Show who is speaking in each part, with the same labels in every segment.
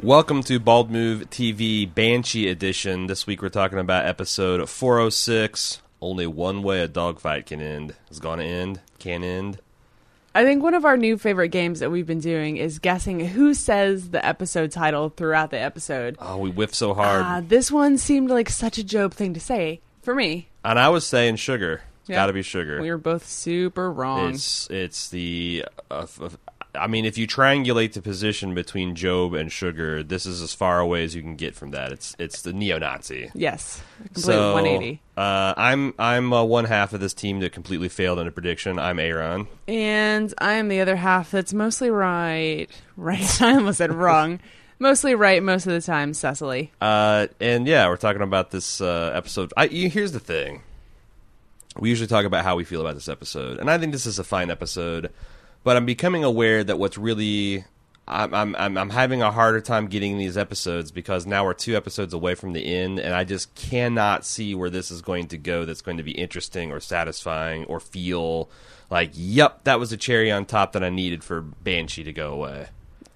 Speaker 1: Welcome to Bald Move TV Banshee Edition. This week we're talking about episode 406. Only one way a dogfight can end. It's gonna end. Can end.
Speaker 2: I think one of our new favorite games that we've been doing is guessing who says the episode title throughout the episode.
Speaker 1: Oh, we whiff so hard.
Speaker 2: Ah, this one seemed like such a Job thing to say for me.
Speaker 1: and I was saying sugar.
Speaker 2: Yeah.
Speaker 1: Gotta be sugar.
Speaker 2: We were both super wrong.
Speaker 1: It's it's the. Uh, f- f- I mean, if you triangulate the position between Job and Sugar, this is as far away as you can get from that. It's it's the neo-Nazi.
Speaker 2: yes, complete
Speaker 1: So,
Speaker 2: 180.
Speaker 1: Uh, I'm I'm uh, one half of this team that completely failed on a prediction. I'm Aaron.
Speaker 2: And I am the other half that's mostly right. Right, I almost said wrong. mostly right most of the time, Cecily.
Speaker 1: Uh, and yeah, we're talking about this uh, episode. I, you, here's the thing: we usually talk about how we feel about this episode, and I think this is a fine episode. But I'm becoming aware that what's really I'm I'm I'm, I'm having a harder time getting these episodes because now we're two episodes away from the end, and I just cannot see where this is going to go. That's going to be interesting or satisfying or feel like, yep, that was a cherry on top that I needed for Banshee to go away.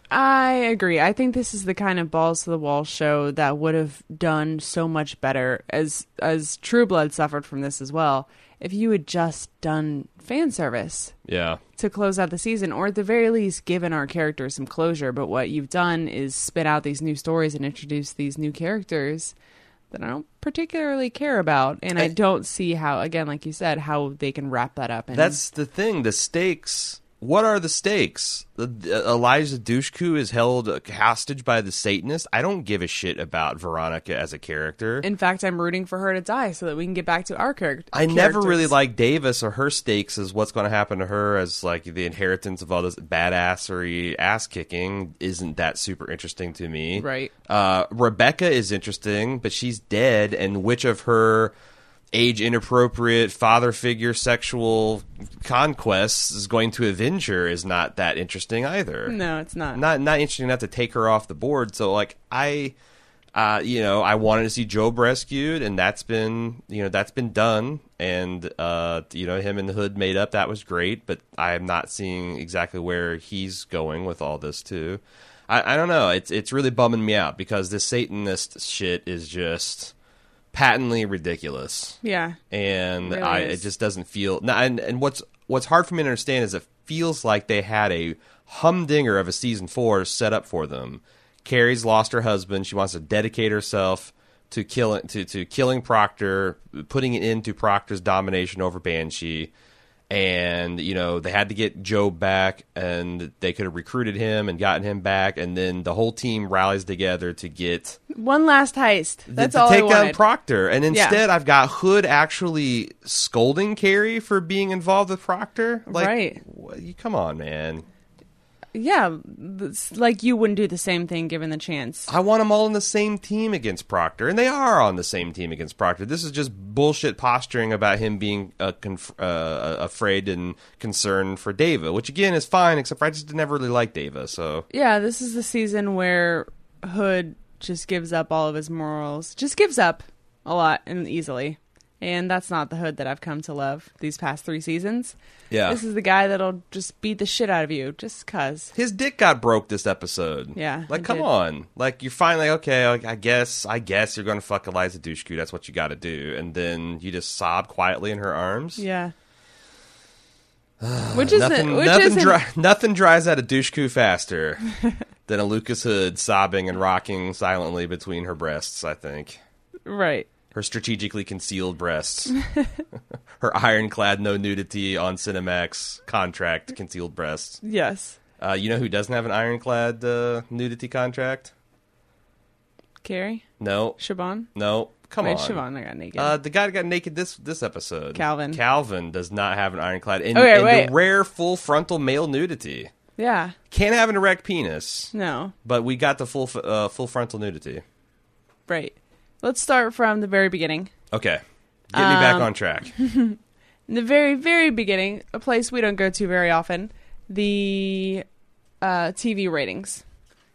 Speaker 2: I agree. I think this is the kind of balls to the wall show that would have done so much better as as True Blood suffered from this as well. If you had just done fan service
Speaker 1: Yeah.
Speaker 2: to close out the season or at the very least given our characters some closure, but what you've done is spit out these new stories and introduce these new characters that I don't particularly care about and I don't see how again like you said how they can wrap that up and
Speaker 1: That's the thing. The stakes. What are the stakes? The- the- Elijah Dushku is held hostage by the Satanist. I don't give a shit about Veronica as a character.
Speaker 2: in fact I'm rooting for her to die so that we can get back to our character
Speaker 1: I never really
Speaker 2: characters.
Speaker 1: liked Davis or her stakes as what's going to happen to her as like the inheritance of all this badassery ass kicking isn't that super interesting to me.
Speaker 2: Right.
Speaker 1: Uh, Rebecca is interesting, but she's dead, and which of her age inappropriate father figure sexual conquests is going to avenge her is not that interesting either
Speaker 2: No, it's not.
Speaker 1: not not interesting enough to take her off the board. So like I, uh, you know, I wanted to see Job rescued, and that's been you know that's been done. And uh, you know, him and the Hood made up. That was great, but I am not seeing exactly where he's going with all this too. I, I don't know. It's it's really bumming me out because this Satanist shit is just patently ridiculous
Speaker 2: Yeah.
Speaker 1: and
Speaker 2: Really
Speaker 1: I, it
Speaker 2: is.
Speaker 1: just doesn't feel. no, And and what's what's hard for me to understand is it feels like they had a humdinger of a season four set up for them. Carrie's lost her husband. She wants to dedicate herself to killing to to killing Proctor, putting an end to Proctor's domination over Banshee. And you know they had to get Joe back, and they could have recruited him and gotten him back, and then the whole team rallies together to get
Speaker 2: One last heist. That's
Speaker 1: to
Speaker 2: all I
Speaker 1: take down
Speaker 2: wanted.
Speaker 1: Proctor, and
Speaker 2: Yeah.
Speaker 1: instead I've got Hood actually scolding Carrie for being involved with Proctor. Like,
Speaker 2: Right.
Speaker 1: wha- you- come on, man.
Speaker 2: yeah, it's like you wouldn't do the same thing given the chance.
Speaker 1: I want them all on the same team against Proctor, and they are on the same team against Proctor. This is just bullshit posturing about him being uh, conf- uh, afraid and concerned for Dava, which again is fine, except for I just never really liked Dava. So
Speaker 2: Yeah, this is the season where Hood just gives up all of his morals. Just gives up a lot and easily. And that's not the Hood that I've come to love these past 3 seasons.
Speaker 1: Yeah.
Speaker 2: This is the guy that'll just beat the shit out of you just cuz.
Speaker 1: his dick got broke this episode.
Speaker 2: Yeah,
Speaker 1: like
Speaker 2: it
Speaker 1: come
Speaker 2: did.
Speaker 1: on, like you're finally okay. Like, I guess, I guess you're gonna fuck Eliza Dushku. That's what you got to do. And then you just sob quietly in her arms.
Speaker 2: Yeah. Which is
Speaker 1: nothing,
Speaker 2: which
Speaker 1: nothing,
Speaker 2: is
Speaker 1: dry, nothing dries out a Dushku faster than a Lucas Hood sobbing and rocking silently between her breasts. I think
Speaker 2: right.
Speaker 1: her strategically concealed breasts, her ironclad no nudity on Cinemax contract concealed breasts.
Speaker 2: Yes.
Speaker 1: Uh, you know who doesn't have an ironclad uh, nudity contract?
Speaker 2: Carrie,
Speaker 1: No,
Speaker 2: Siobhan.
Speaker 1: No, come on.
Speaker 2: Wait, Siobhan, I got naked.
Speaker 1: Uh, the guy that got naked this this episode.
Speaker 2: Calvin.
Speaker 1: Calvin does not have an ironclad. And,
Speaker 2: Okay,
Speaker 1: and
Speaker 2: wait.
Speaker 1: the rare full frontal male nudity.
Speaker 2: yeah.
Speaker 1: Can't have an erect penis,
Speaker 2: No.
Speaker 1: but we got the full f- uh, full frontal nudity.
Speaker 2: Right. Let's start from the very beginning.
Speaker 1: Okay, get me
Speaker 2: Um,
Speaker 1: back on track.
Speaker 2: In the very, very beginning, a place we don't go to very often, the uh, TV ratings.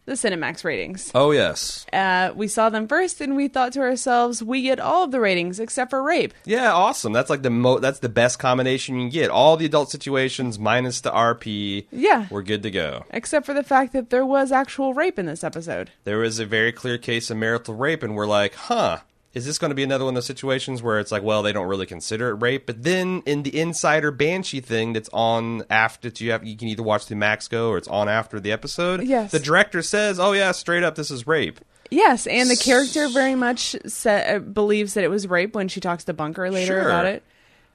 Speaker 2: the Cinemax ratings.
Speaker 1: Oh yes,
Speaker 2: Uh, we saw them first, and we thought to ourselves, we get all of the ratings except for rape.
Speaker 1: yeah, awesome. That's like the mo- that's the best combination you can get. All the adult situations minus the RP.
Speaker 2: Yeah.
Speaker 1: we're good to go.
Speaker 2: Except for the fact that there was actual rape in this episode.
Speaker 1: There was a very clear case of marital rape, and we're like, huh. Is this going to be another one of those situations where it's like, well, they don't really consider it rape, but then in the insider banshee thing that's on after that you have, you can either watch the Max go or it's on after the episode.
Speaker 2: Yes.
Speaker 1: the director says, oh yeah, straight up, this is rape.
Speaker 2: Yes, and the character very much sa- uh, believes that it was rape when she talks to Bunker later
Speaker 1: Sure.
Speaker 2: about it.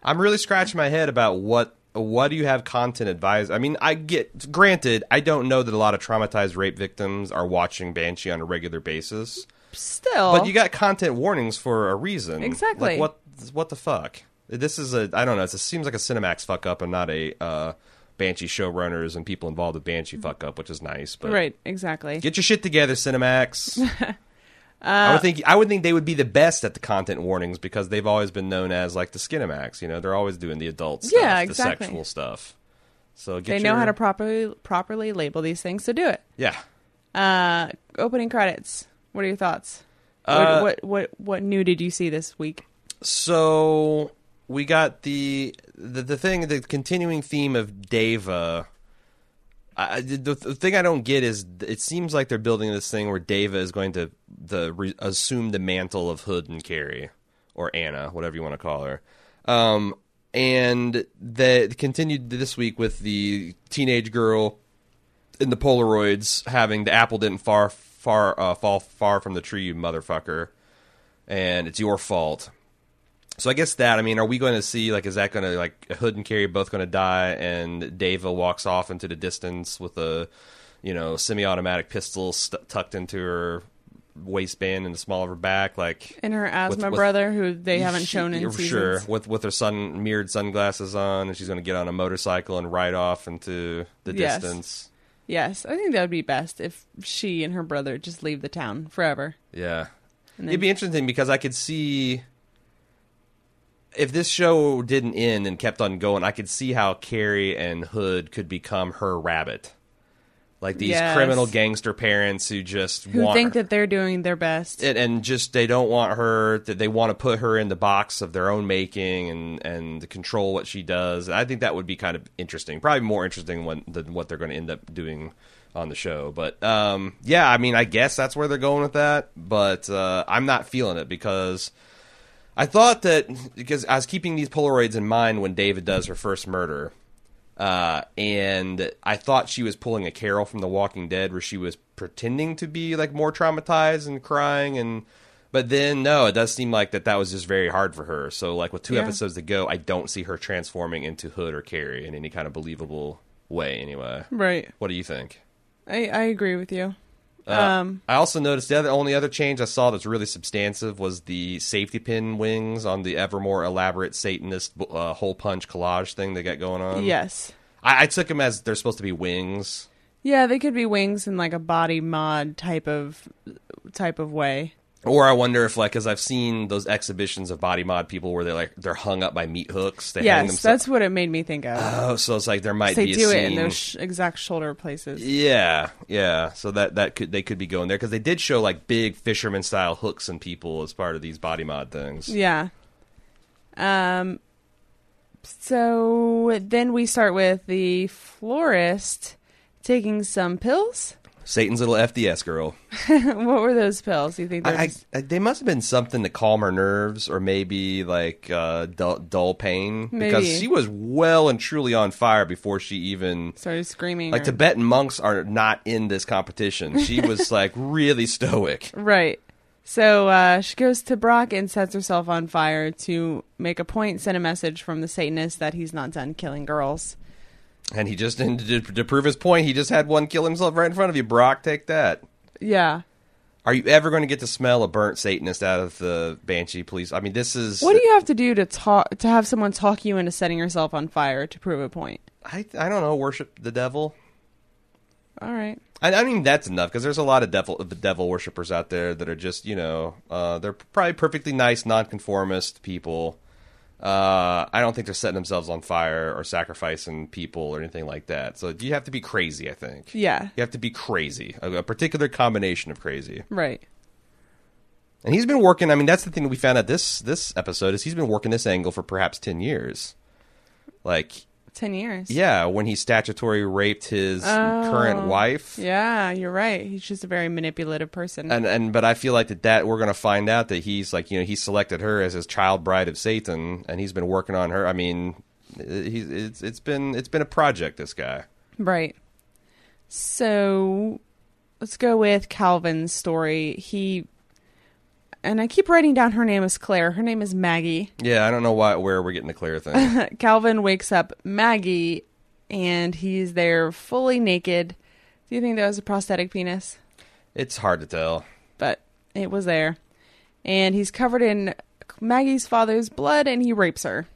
Speaker 1: I'm really scratching my head about what what do you have content advice? I mean, I get granted, I don't know that a lot of traumatized rape victims are watching Banshee on a regular basis,
Speaker 2: Still,
Speaker 1: but you got content warnings for a reason.
Speaker 2: Exactly.
Speaker 1: Like what what the fuck? This is a I don't know. It seems like a Cinemax fuck up and not a uh, Banshee showrunners and people involved with Banshee fuck up, which is nice. But
Speaker 2: Mm-hmm. right, Uh, exactly.
Speaker 1: Get your shit together, Cinemax. I would think I would think they would be the best at the content warnings because they've always been known as like the Skinemax. You know, they're always doing the adult stuff,
Speaker 2: Yeah,
Speaker 1: the
Speaker 2: exactly.
Speaker 1: sexual stuff. So get
Speaker 2: they
Speaker 1: your,
Speaker 2: know how to properly properly label these things, so do it.
Speaker 1: yeah.
Speaker 2: Uh, opening credits. What are your thoughts?
Speaker 1: Uh,
Speaker 2: what, what what what new did you see this week?
Speaker 1: So we got the the, the thing the continuing theme of Deva. I, I- the, the thing I don't get is it seems like they're building this thing where Deva is going to the re, assume the mantle of Hood and Carrie or Anna, whatever you want to call her. Um, and that continued this week with the teenage girl in the Polaroids having the apple didn't far far uh, fall far from the tree, you motherfucker, and it's your fault. So I guess that I mean, are we going to see like is that going to like Hood and Carrie both going to die, and Deva walks off into the distance with a you know semi-automatic pistol st- tucked into her waistband and the small of her back, like
Speaker 2: And her asthma
Speaker 1: with-
Speaker 2: brother, who they haven't
Speaker 1: she-
Speaker 2: shown in seasons.
Speaker 1: sure with with her sun mirrored sunglasses on, and she's going to get on a motorcycle and ride off into the
Speaker 2: Yes.
Speaker 1: distance.
Speaker 2: Yes, I think that would be best if she and her brother just leave the town forever.
Speaker 1: Yeah.
Speaker 2: And
Speaker 1: It'd be interesting because I could see if this show didn't end and kept on going, I could see how Carrie and Hood could become her rabbit. Like these
Speaker 2: Yes.
Speaker 1: criminal gangster parents who just
Speaker 2: Who
Speaker 1: want
Speaker 2: think that they're doing their best?
Speaker 1: it and just they don't want her that they want to put her in the box of their own making and and control what she does. And I think that would be kind of interesting, probably more interesting when, than what they're going to end up doing on the show. But um, yeah, I mean, I guess that's where they're going with that. But uh, I'm not feeling it because I thought that because I was keeping these Polaroids in mind when David does her first murder. Uh, and I thought she was pulling a Carol from The Walking Dead, where she was pretending to be like more traumatized and crying, and but then no, it does seem like that that was just very hard for her. So like with two
Speaker 2: Yeah.
Speaker 1: episodes to go, I don't see her transforming into Hood or Carrie in any kind of believable way. Anyway,
Speaker 2: right.
Speaker 1: what do you think?
Speaker 2: I, I agree with you. um,
Speaker 1: Uh, I also noticed the other only other change I saw that's really substantive was the safety pin wings on the ever more elaborate Satanist uh, hole punch collage thing they got going on.
Speaker 2: yes.
Speaker 1: I, I took them as they're supposed to be wings.
Speaker 2: Yeah, they could be wings in like a body mod type of type of way.
Speaker 1: Or I wonder if, like, because I've seen those exhibitions of body mod people where they're like they're hung up by meat hooks. They hang
Speaker 2: yes,
Speaker 1: themselves.
Speaker 2: that's what it made me think of.
Speaker 1: oh, so it's like there might
Speaker 2: they
Speaker 1: be a
Speaker 2: do
Speaker 1: scene.
Speaker 2: it in those sh- exact shoulder places.
Speaker 1: yeah, yeah. So that that could they could be going there because they did show like big fisherman style hooks and people as part of these body mod things.
Speaker 2: Yeah. Um. So then we start with the florist taking some pills.
Speaker 1: Satan's little FDS girl.
Speaker 2: what were those pills? You think they're
Speaker 1: I, I,
Speaker 2: just-
Speaker 1: I- they must have been something to calm her nerves or maybe like uh, dull, dull pain because
Speaker 2: Maybe.
Speaker 1: she was well and truly on fire before she even
Speaker 2: started screaming?
Speaker 1: like
Speaker 2: or-
Speaker 1: Tibetan monks are not in this competition. She was like really stoic.
Speaker 2: Right. So uh, she goes to Brock and sets herself on fire to make a point, send a message from the Satanist that he's not done killing girls.
Speaker 1: And he just and to, to prove his point, he just had one kill himself right in front of you. Brock, take that.
Speaker 2: Yeah.
Speaker 1: Are you ever going to get to smell a burnt Satanist out of the Banshee police? I mean, this is
Speaker 2: What do you have to do to talk to have someone talk you into setting yourself on fire to prove a point?
Speaker 1: I I don't know. Worship the devil.
Speaker 2: All right.
Speaker 1: I, I mean that's enough because there's a lot of devil of the devil worshippers out there that are just you know uh, they're probably perfectly nice nonconformist people Uh, I don't think they're setting themselves on fire or sacrificing people or anything like that. So you have to be crazy, I think.
Speaker 2: Yeah.
Speaker 1: You have to be crazy, a, a particular combination of crazy.
Speaker 2: Right.
Speaker 1: And he's been working. I mean, that's the thing that we found out this this episode is he's been working this angle for perhaps ten years. Like,
Speaker 2: 10 years.
Speaker 1: yeah, when he statutory raped his current wife.
Speaker 2: Yeah, you're right. He's just a very manipulative person.
Speaker 1: And and but I feel like that that we're gonna find out that he's like you know he selected her as his child bride of Satan, and he's been working on her. I mean, he's it's it's been it's been a project. This guy.
Speaker 2: Right. So let's go with Calvin's story. He and I keep writing down her name is Claire. Her name is Maggie.
Speaker 1: Yeah, I don't know why where we're getting the Claire thing.
Speaker 2: Calvin wakes up Maggie and he's there fully naked. Do you think that was a prosthetic penis?
Speaker 1: it's hard to tell.
Speaker 2: But it was there. And he's covered in Maggie's father's blood and he rapes her.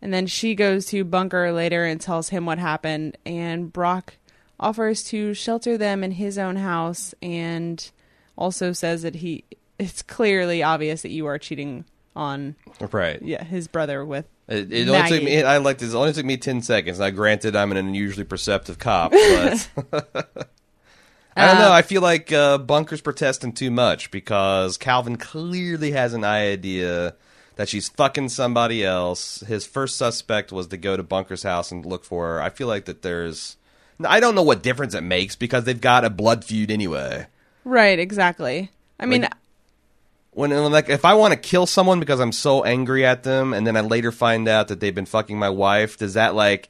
Speaker 2: And then she goes to Bunker later and tells him what happened. And Brock offers to shelter them in his own house and also says that he. It's clearly obvious that you are cheating on
Speaker 1: Right.
Speaker 2: yeah his brother with
Speaker 1: It, it only took
Speaker 2: Maggie.
Speaker 1: me. I like this. It only took me ten seconds. Now, granted, I'm an unusually perceptive cop, but I don't know. I feel like uh, Bunker's protesting too much because Calvin clearly has an idea that she's fucking somebody else. His first suspect was to go to Bunker's house and look for her. I feel like that there's. I don't know what difference it makes because they've got a blood feud anyway.
Speaker 2: right exactly. I mean,
Speaker 1: Like- when and, like if I want to kill someone because I'm so angry at them, and then I later find out that they've been fucking my wife, does that like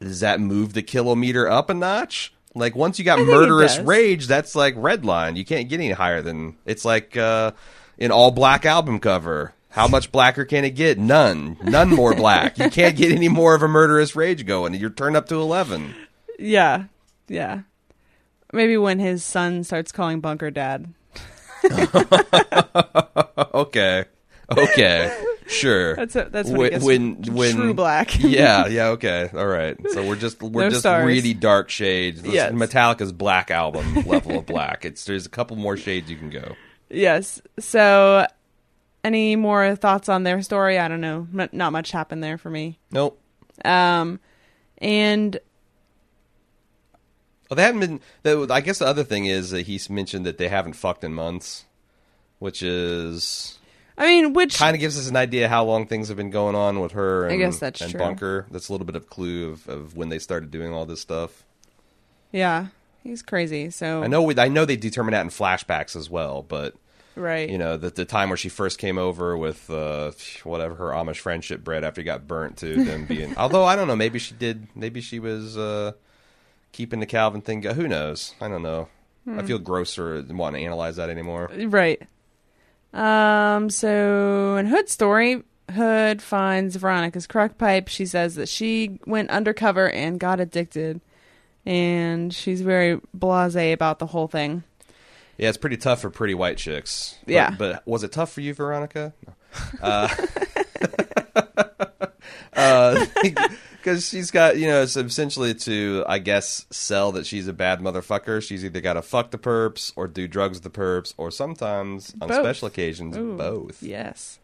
Speaker 1: does that move the kilometer up a notch? Like once you got
Speaker 2: think it
Speaker 1: murderous
Speaker 2: does.
Speaker 1: rage, that's like red line. You can't get any higher than it's like uh, an all black album cover. How much blacker can it get? None. None more black. You can't get any more of a murderous rage going. You're turned up to eleven.
Speaker 2: yeah, yeah. Maybe when his son starts calling Bunker dad.
Speaker 1: Okay. Okay. Sure.
Speaker 2: That's a, that's when,
Speaker 1: Wh-
Speaker 2: it gets true black.
Speaker 1: yeah, yeah, okay, all right. So we're just we're
Speaker 2: No
Speaker 1: just
Speaker 2: stars.
Speaker 1: really dark shades. This is
Speaker 2: Yes.
Speaker 1: Metallica's Black album level of black. It's there's a couple more shades you can go.
Speaker 2: Yes. So, any more thoughts on their story? I don't know. M- not much happened there for me.
Speaker 1: Nope.
Speaker 2: Um, and
Speaker 1: Well, they haven't been. That, I guess the other thing is that he's mentioned that they haven't fucked in months, which is
Speaker 2: I mean, which
Speaker 1: kind of gives us an idea how long things have been going on with her. And,
Speaker 2: guess that's
Speaker 1: and
Speaker 2: true.
Speaker 1: Bunker. That's a little bit of clue of, of when they started doing all this stuff.
Speaker 2: yeah, he's crazy. So
Speaker 1: I know. We, I know they determine that in flashbacks as well, but
Speaker 2: right.
Speaker 1: you know, the, the time where she first came over with uh, whatever her Amish friendship bread after you got burnt to them being. although I don't know, maybe she did. Maybe she was uh, keeping the Calvin thing. go- Who knows? I don't know. I feel grosser than wanting to analyze that anymore.
Speaker 2: Right. Um. So in Hood's story, Hood finds Veronica's crack pipe. She says that she went undercover and got addicted, and she's very blasé about the whole thing.
Speaker 1: Yeah, it's pretty tough for pretty white chicks. But-
Speaker 2: Yeah.
Speaker 1: but was it tough for you, Veronica? No. Uh, because she's got you know, so essentially to I guess sell that she's a bad motherfucker. She's either got to fuck the perps or do drugs with the perps, or sometimes on
Speaker 2: Both.
Speaker 1: special occasions
Speaker 2: Ooh,
Speaker 1: both.
Speaker 2: Yes.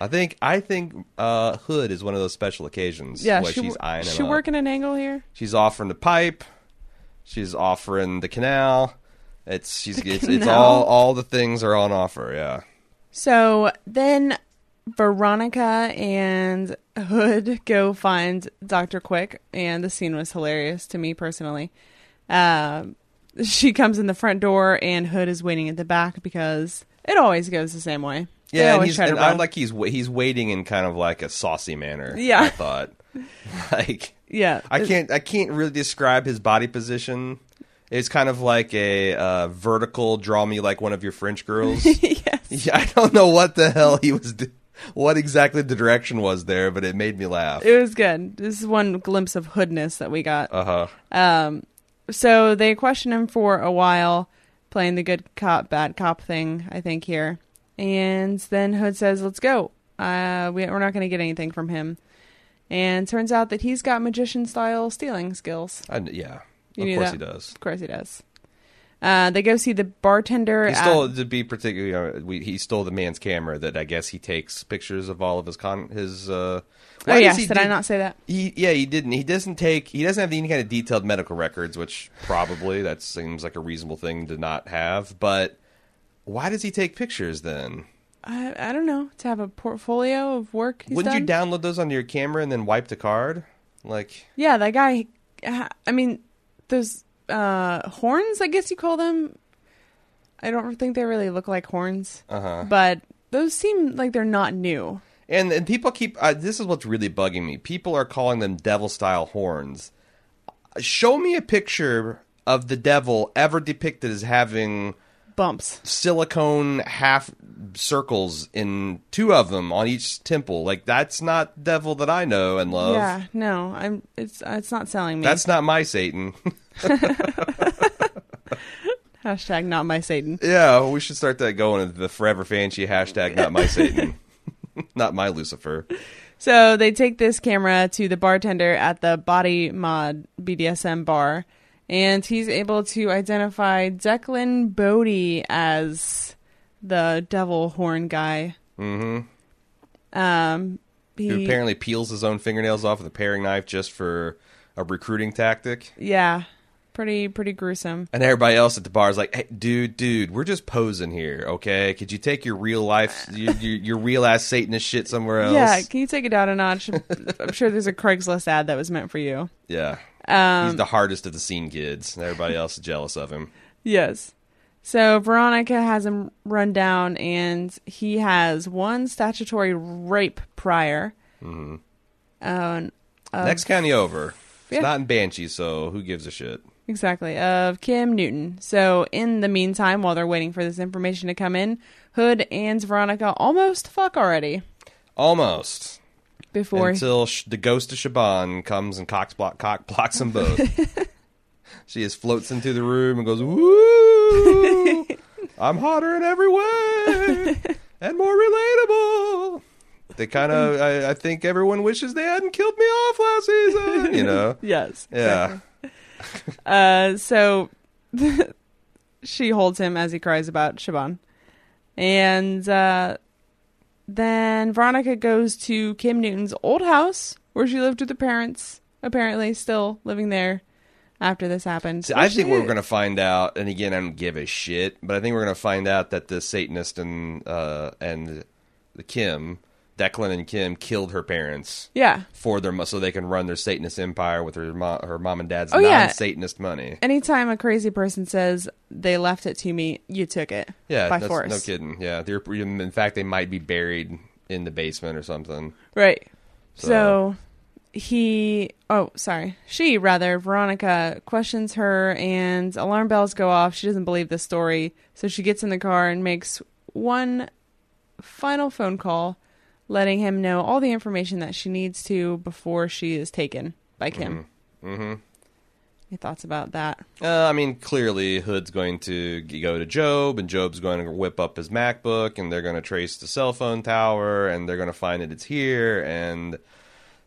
Speaker 1: I think I think uh, Hood is one of those special occasions.
Speaker 2: Yeah.
Speaker 1: where
Speaker 2: She,
Speaker 1: she's eyeing him
Speaker 2: she
Speaker 1: up.
Speaker 2: working an angle here.
Speaker 1: She's offering the pipe. She's offering the canal. It's she's it's, it's
Speaker 2: canal.
Speaker 1: all all the things are on offer. Yeah.
Speaker 2: So then Veronica and Hood go find Dr. Quick, and the scene was hilarious to me personally. Um, she comes in the front door, and Hood is waiting at the back because it always goes the same way. They
Speaker 1: Yeah, and,
Speaker 2: always
Speaker 1: he's,
Speaker 2: try to
Speaker 1: and I
Speaker 2: run.
Speaker 1: like he's wa- he's waiting in kind of like a saucy manner.
Speaker 2: Yeah.
Speaker 1: I thought like
Speaker 2: yeah,
Speaker 1: I can't I can't really describe his body position. It's kind of like a uh, vertical draw me like one of your French girls.
Speaker 2: yes,
Speaker 1: yeah, I don't know what the hell he was do- what exactly the direction was there, but it made me laugh.
Speaker 2: it was good. This is one glimpse of Hoodness that we got.
Speaker 1: Uh huh.
Speaker 2: Um, so they question him for a while, playing the good cop, bad cop thing, I think, here. And then Hood says, Let's go. Uh, we, we're not going to get anything from him. And turns out that he's got magician style stealing skills.
Speaker 1: I kn- yeah.
Speaker 2: You
Speaker 1: of
Speaker 2: knew
Speaker 1: course
Speaker 2: that?
Speaker 1: he does.
Speaker 2: Of course he does. Uh, they go see the bartender.
Speaker 1: He
Speaker 2: at- Oh,
Speaker 1: stole to be particular. You know, we, he stole the man's camera that I guess he takes pictures of all of his con his. Uh,
Speaker 2: oh
Speaker 1: why
Speaker 2: yes,
Speaker 1: does he
Speaker 2: did I
Speaker 1: do-
Speaker 2: not say that?
Speaker 1: He, yeah, he didn't. He doesn't take. He doesn't have any kind of detailed medical records, which probably that seems like a reasonable thing to not have. But why does he take pictures then?
Speaker 2: I, I don't know to have a portfolio of work. He's
Speaker 1: Wouldn't
Speaker 2: done?
Speaker 1: you download those onto your camera and then wipe the card? Like,
Speaker 2: Yeah, that guy. uh, I mean, those uh, horns. I guess you call them. I don't think they really look like horns,
Speaker 1: uh huh.
Speaker 2: but those seem like they're not new.
Speaker 1: And and people keep uh, this is what's really bugging me. People are calling them devil style horns. Show me a picture of the devil ever depicted as having
Speaker 2: Bumps.
Speaker 1: silicone half circles in two of them on each temple. Like that's not devil that I know and love.
Speaker 2: Yeah, no, I'm. It's uh, it's not selling me.
Speaker 1: That's not my Satan.
Speaker 2: hashtag not my Satan.
Speaker 1: yeah, we should start that going with the forever fancy hashtag not my Satan. not my Lucifer.
Speaker 2: So they take this camera to the bartender at the Body Mod BDSM bar, and he's able to identify Declan Bodie as the devil horn guy.
Speaker 1: hmm
Speaker 2: Um, he,
Speaker 1: Who apparently peels his own fingernails off with a paring knife just for a recruiting tactic.
Speaker 2: Yeah. Pretty pretty gruesome.
Speaker 1: And everybody else at the bar is like, "Hey, dude, dude, we're just posing here, okay? Could you take your real life, your, your, your real ass Satanist shit somewhere else?"
Speaker 2: Uh. Yeah, can you take it down a notch? I'm sure there's a Craigslist ad that was meant for you.
Speaker 1: yeah. He's
Speaker 2: Um,
Speaker 1: the hardest of the scene kids, and everybody else is jealous of him.
Speaker 2: yes. So Veronica has him run down, and he has one statutory rape prior. Um, of-
Speaker 1: Next county over. It's
Speaker 2: yeah.
Speaker 1: not in Banshee, so who gives a shit?
Speaker 2: Exactly, of Kim Newton. So, in the meantime, while they're waiting for this information to come in, Hood and Veronica almost fuck already
Speaker 1: Almost.
Speaker 2: before
Speaker 1: Until sh- the ghost of Shaban comes and cocks block, cock blocks them both. she just floats into the room and goes, Woo! I'm hotter in every way and more relatable. They kind of, I, I think everyone wishes they hadn't killed me off last season, you know?
Speaker 2: Yes.
Speaker 1: Yeah.
Speaker 2: Uh, so she holds him as he cries about Shaban. And uh, then Veronica goes to Kim Newton's old house where she lived with her parents, apparently still living there after this happened.
Speaker 1: See, I think we're going to find out, and again, I don't give a shit, but I think we're going to find out that the Satanist and uh, and the Kim, Declan and Kim, killed her parents
Speaker 2: Yeah.
Speaker 1: for their mo- so they can run their Satanist empire with her mo- her mom and dad's
Speaker 2: Oh, yeah.
Speaker 1: non-Satanist money.
Speaker 2: Anytime a crazy person says they left it to me, you took it
Speaker 1: Yeah,
Speaker 2: by
Speaker 1: that's,
Speaker 2: force.
Speaker 1: no kidding. Yeah, they're in fact they might be buried in the basement or something.
Speaker 2: Right. So,
Speaker 1: So-
Speaker 2: he, oh, sorry. She, rather, Veronica questions her, and alarm bells go off. She doesn't believe the story. So she gets in the car and makes one final phone call, letting him know all the information that she needs to before she is taken by Kim.
Speaker 1: hmm
Speaker 2: Any thoughts about that?
Speaker 1: Uh, I mean, clearly Hood's going to g- go to Job, and Job's going to whip up his MacBook, and they're going to trace the cell phone tower, and they're going to find that it's here, and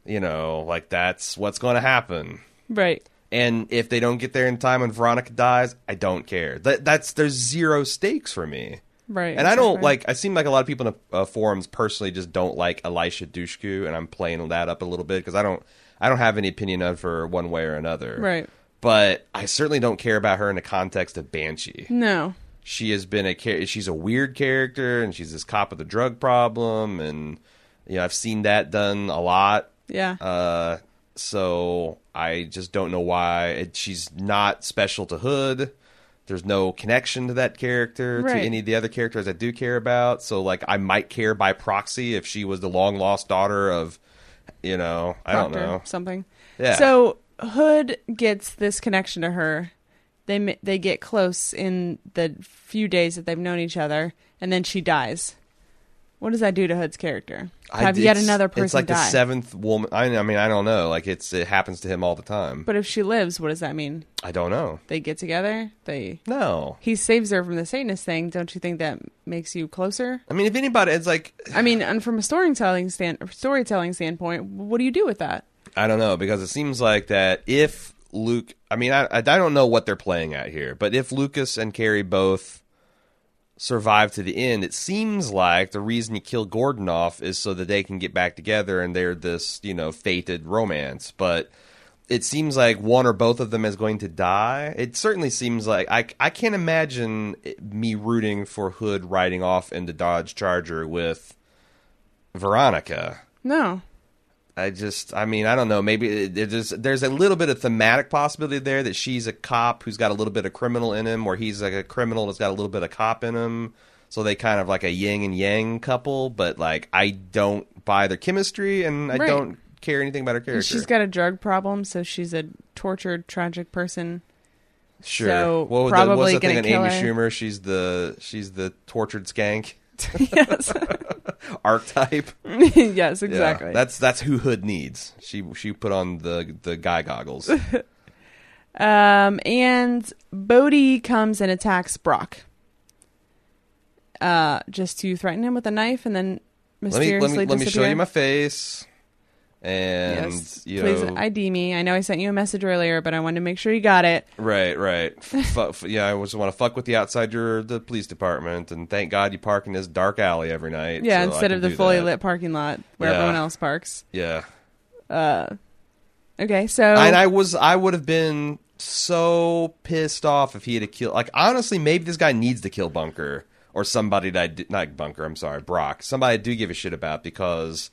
Speaker 1: you know, like that's what's going to happen.
Speaker 2: Right.
Speaker 1: And if they don't get there in time, and Veronica dies, I don't care. That that's there's zero stakes for me.
Speaker 2: Right.
Speaker 1: And I don't
Speaker 2: exactly.
Speaker 1: like. I seem like a lot of people in the uh, forums personally just don't like Elisha Dushku, and I'm playing that up a little bit because I don't, I don't have any opinion of her one way or another
Speaker 2: Right.
Speaker 1: but I certainly don't care about her in the context of Banshee.
Speaker 2: No.
Speaker 1: She has been a char- she's a weird character, and she's this cop with a drug problem, and you know I've seen that done a lot.
Speaker 2: Yeah.
Speaker 1: Uh, so I just don't know why it, she's not special to Hood. There's no connection to that character
Speaker 2: Right.
Speaker 1: to any of the other characters I do care about. So like I might care by proxy if she was the long lost daughter of, you know, I don't
Speaker 2: Proctor,
Speaker 1: know.
Speaker 2: something.
Speaker 1: Yeah.
Speaker 2: So Hood gets this connection to her. They ma- they get close in the few days that they've known each other, and then she dies. What does that do to Hood's character? To
Speaker 1: I-
Speaker 2: Have yet
Speaker 1: it's-
Speaker 2: another person
Speaker 1: It's like
Speaker 2: die.
Speaker 1: the seventh woman. I, I mean, I don't know. Like it's it happens to him all the time.
Speaker 2: but if she lives, what does that mean?
Speaker 1: I don't know.
Speaker 2: They get together. They
Speaker 1: No,
Speaker 2: he saves her from the Satanist thing. Don't you think that makes you closer?
Speaker 1: I mean, if anybody, it's like
Speaker 2: I mean, and from a storytelling stand storytelling standpoint, what do you do with that?
Speaker 1: I don't know because it seems like that if Luke, I mean, I, I don't know what they're playing at here, but if Lucas and Carrie both survive to the end, it seems like the reason you kill Gordon off is so that they can get back together and they're this, you know, fated romance. But it seems like one or both of them is going to die. It certainly seems like I, I can't imagine it- me rooting for Hood riding off into Dodge Charger with Veronica.
Speaker 2: No.
Speaker 1: I just, I mean, I don't know. Maybe it- it- there's there's a little bit of thematic possibility there that she's a cop who's got a little bit of criminal in him, or he's like a criminal that's got a little bit of cop in him. So they kind of like a yin and yang couple. But like, I don't buy their chemistry, and I
Speaker 2: Right.
Speaker 1: don't care anything about her character.
Speaker 2: She's got a drug problem, so she's a tortured, tragic person.
Speaker 1: sure.
Speaker 2: so
Speaker 1: what was the, what's
Speaker 2: probably
Speaker 1: the thing
Speaker 2: gonna
Speaker 1: on
Speaker 2: kill
Speaker 1: Amy
Speaker 2: her.
Speaker 1: Schumer? She's the she's the tortured skank
Speaker 2: yes.
Speaker 1: archetype.
Speaker 2: yes,
Speaker 1: Yeah.
Speaker 2: exactly.
Speaker 1: That's that's who Hood needs. She she put on the the guy goggles.
Speaker 2: Um, and Bodhi comes and attacks Brock. Uh, just to threaten him with a knife and then
Speaker 1: let me
Speaker 2: mysteriously
Speaker 1: let me, let me
Speaker 2: disappear.
Speaker 1: show you my face and
Speaker 2: Yes,
Speaker 1: you
Speaker 2: please
Speaker 1: know
Speaker 2: ID me. I know I sent you a message earlier, but I wanted to make sure you got it.
Speaker 1: right right F- f- yeah i just want to fuck with you outside your the police department and thank god you park in this dark alley every night
Speaker 2: Yeah,
Speaker 1: so I
Speaker 2: instead
Speaker 1: can
Speaker 2: of the
Speaker 1: do
Speaker 2: fully
Speaker 1: that.
Speaker 2: lit parking lot where
Speaker 1: Yeah.
Speaker 2: everyone else parks.
Speaker 1: yeah
Speaker 2: Okay, so
Speaker 1: and i was i would have been so pissed off if he had killed like honestly maybe this guy needs to kill bunker or somebody that i did not bunker i'm sorry brock somebody i do give a shit about because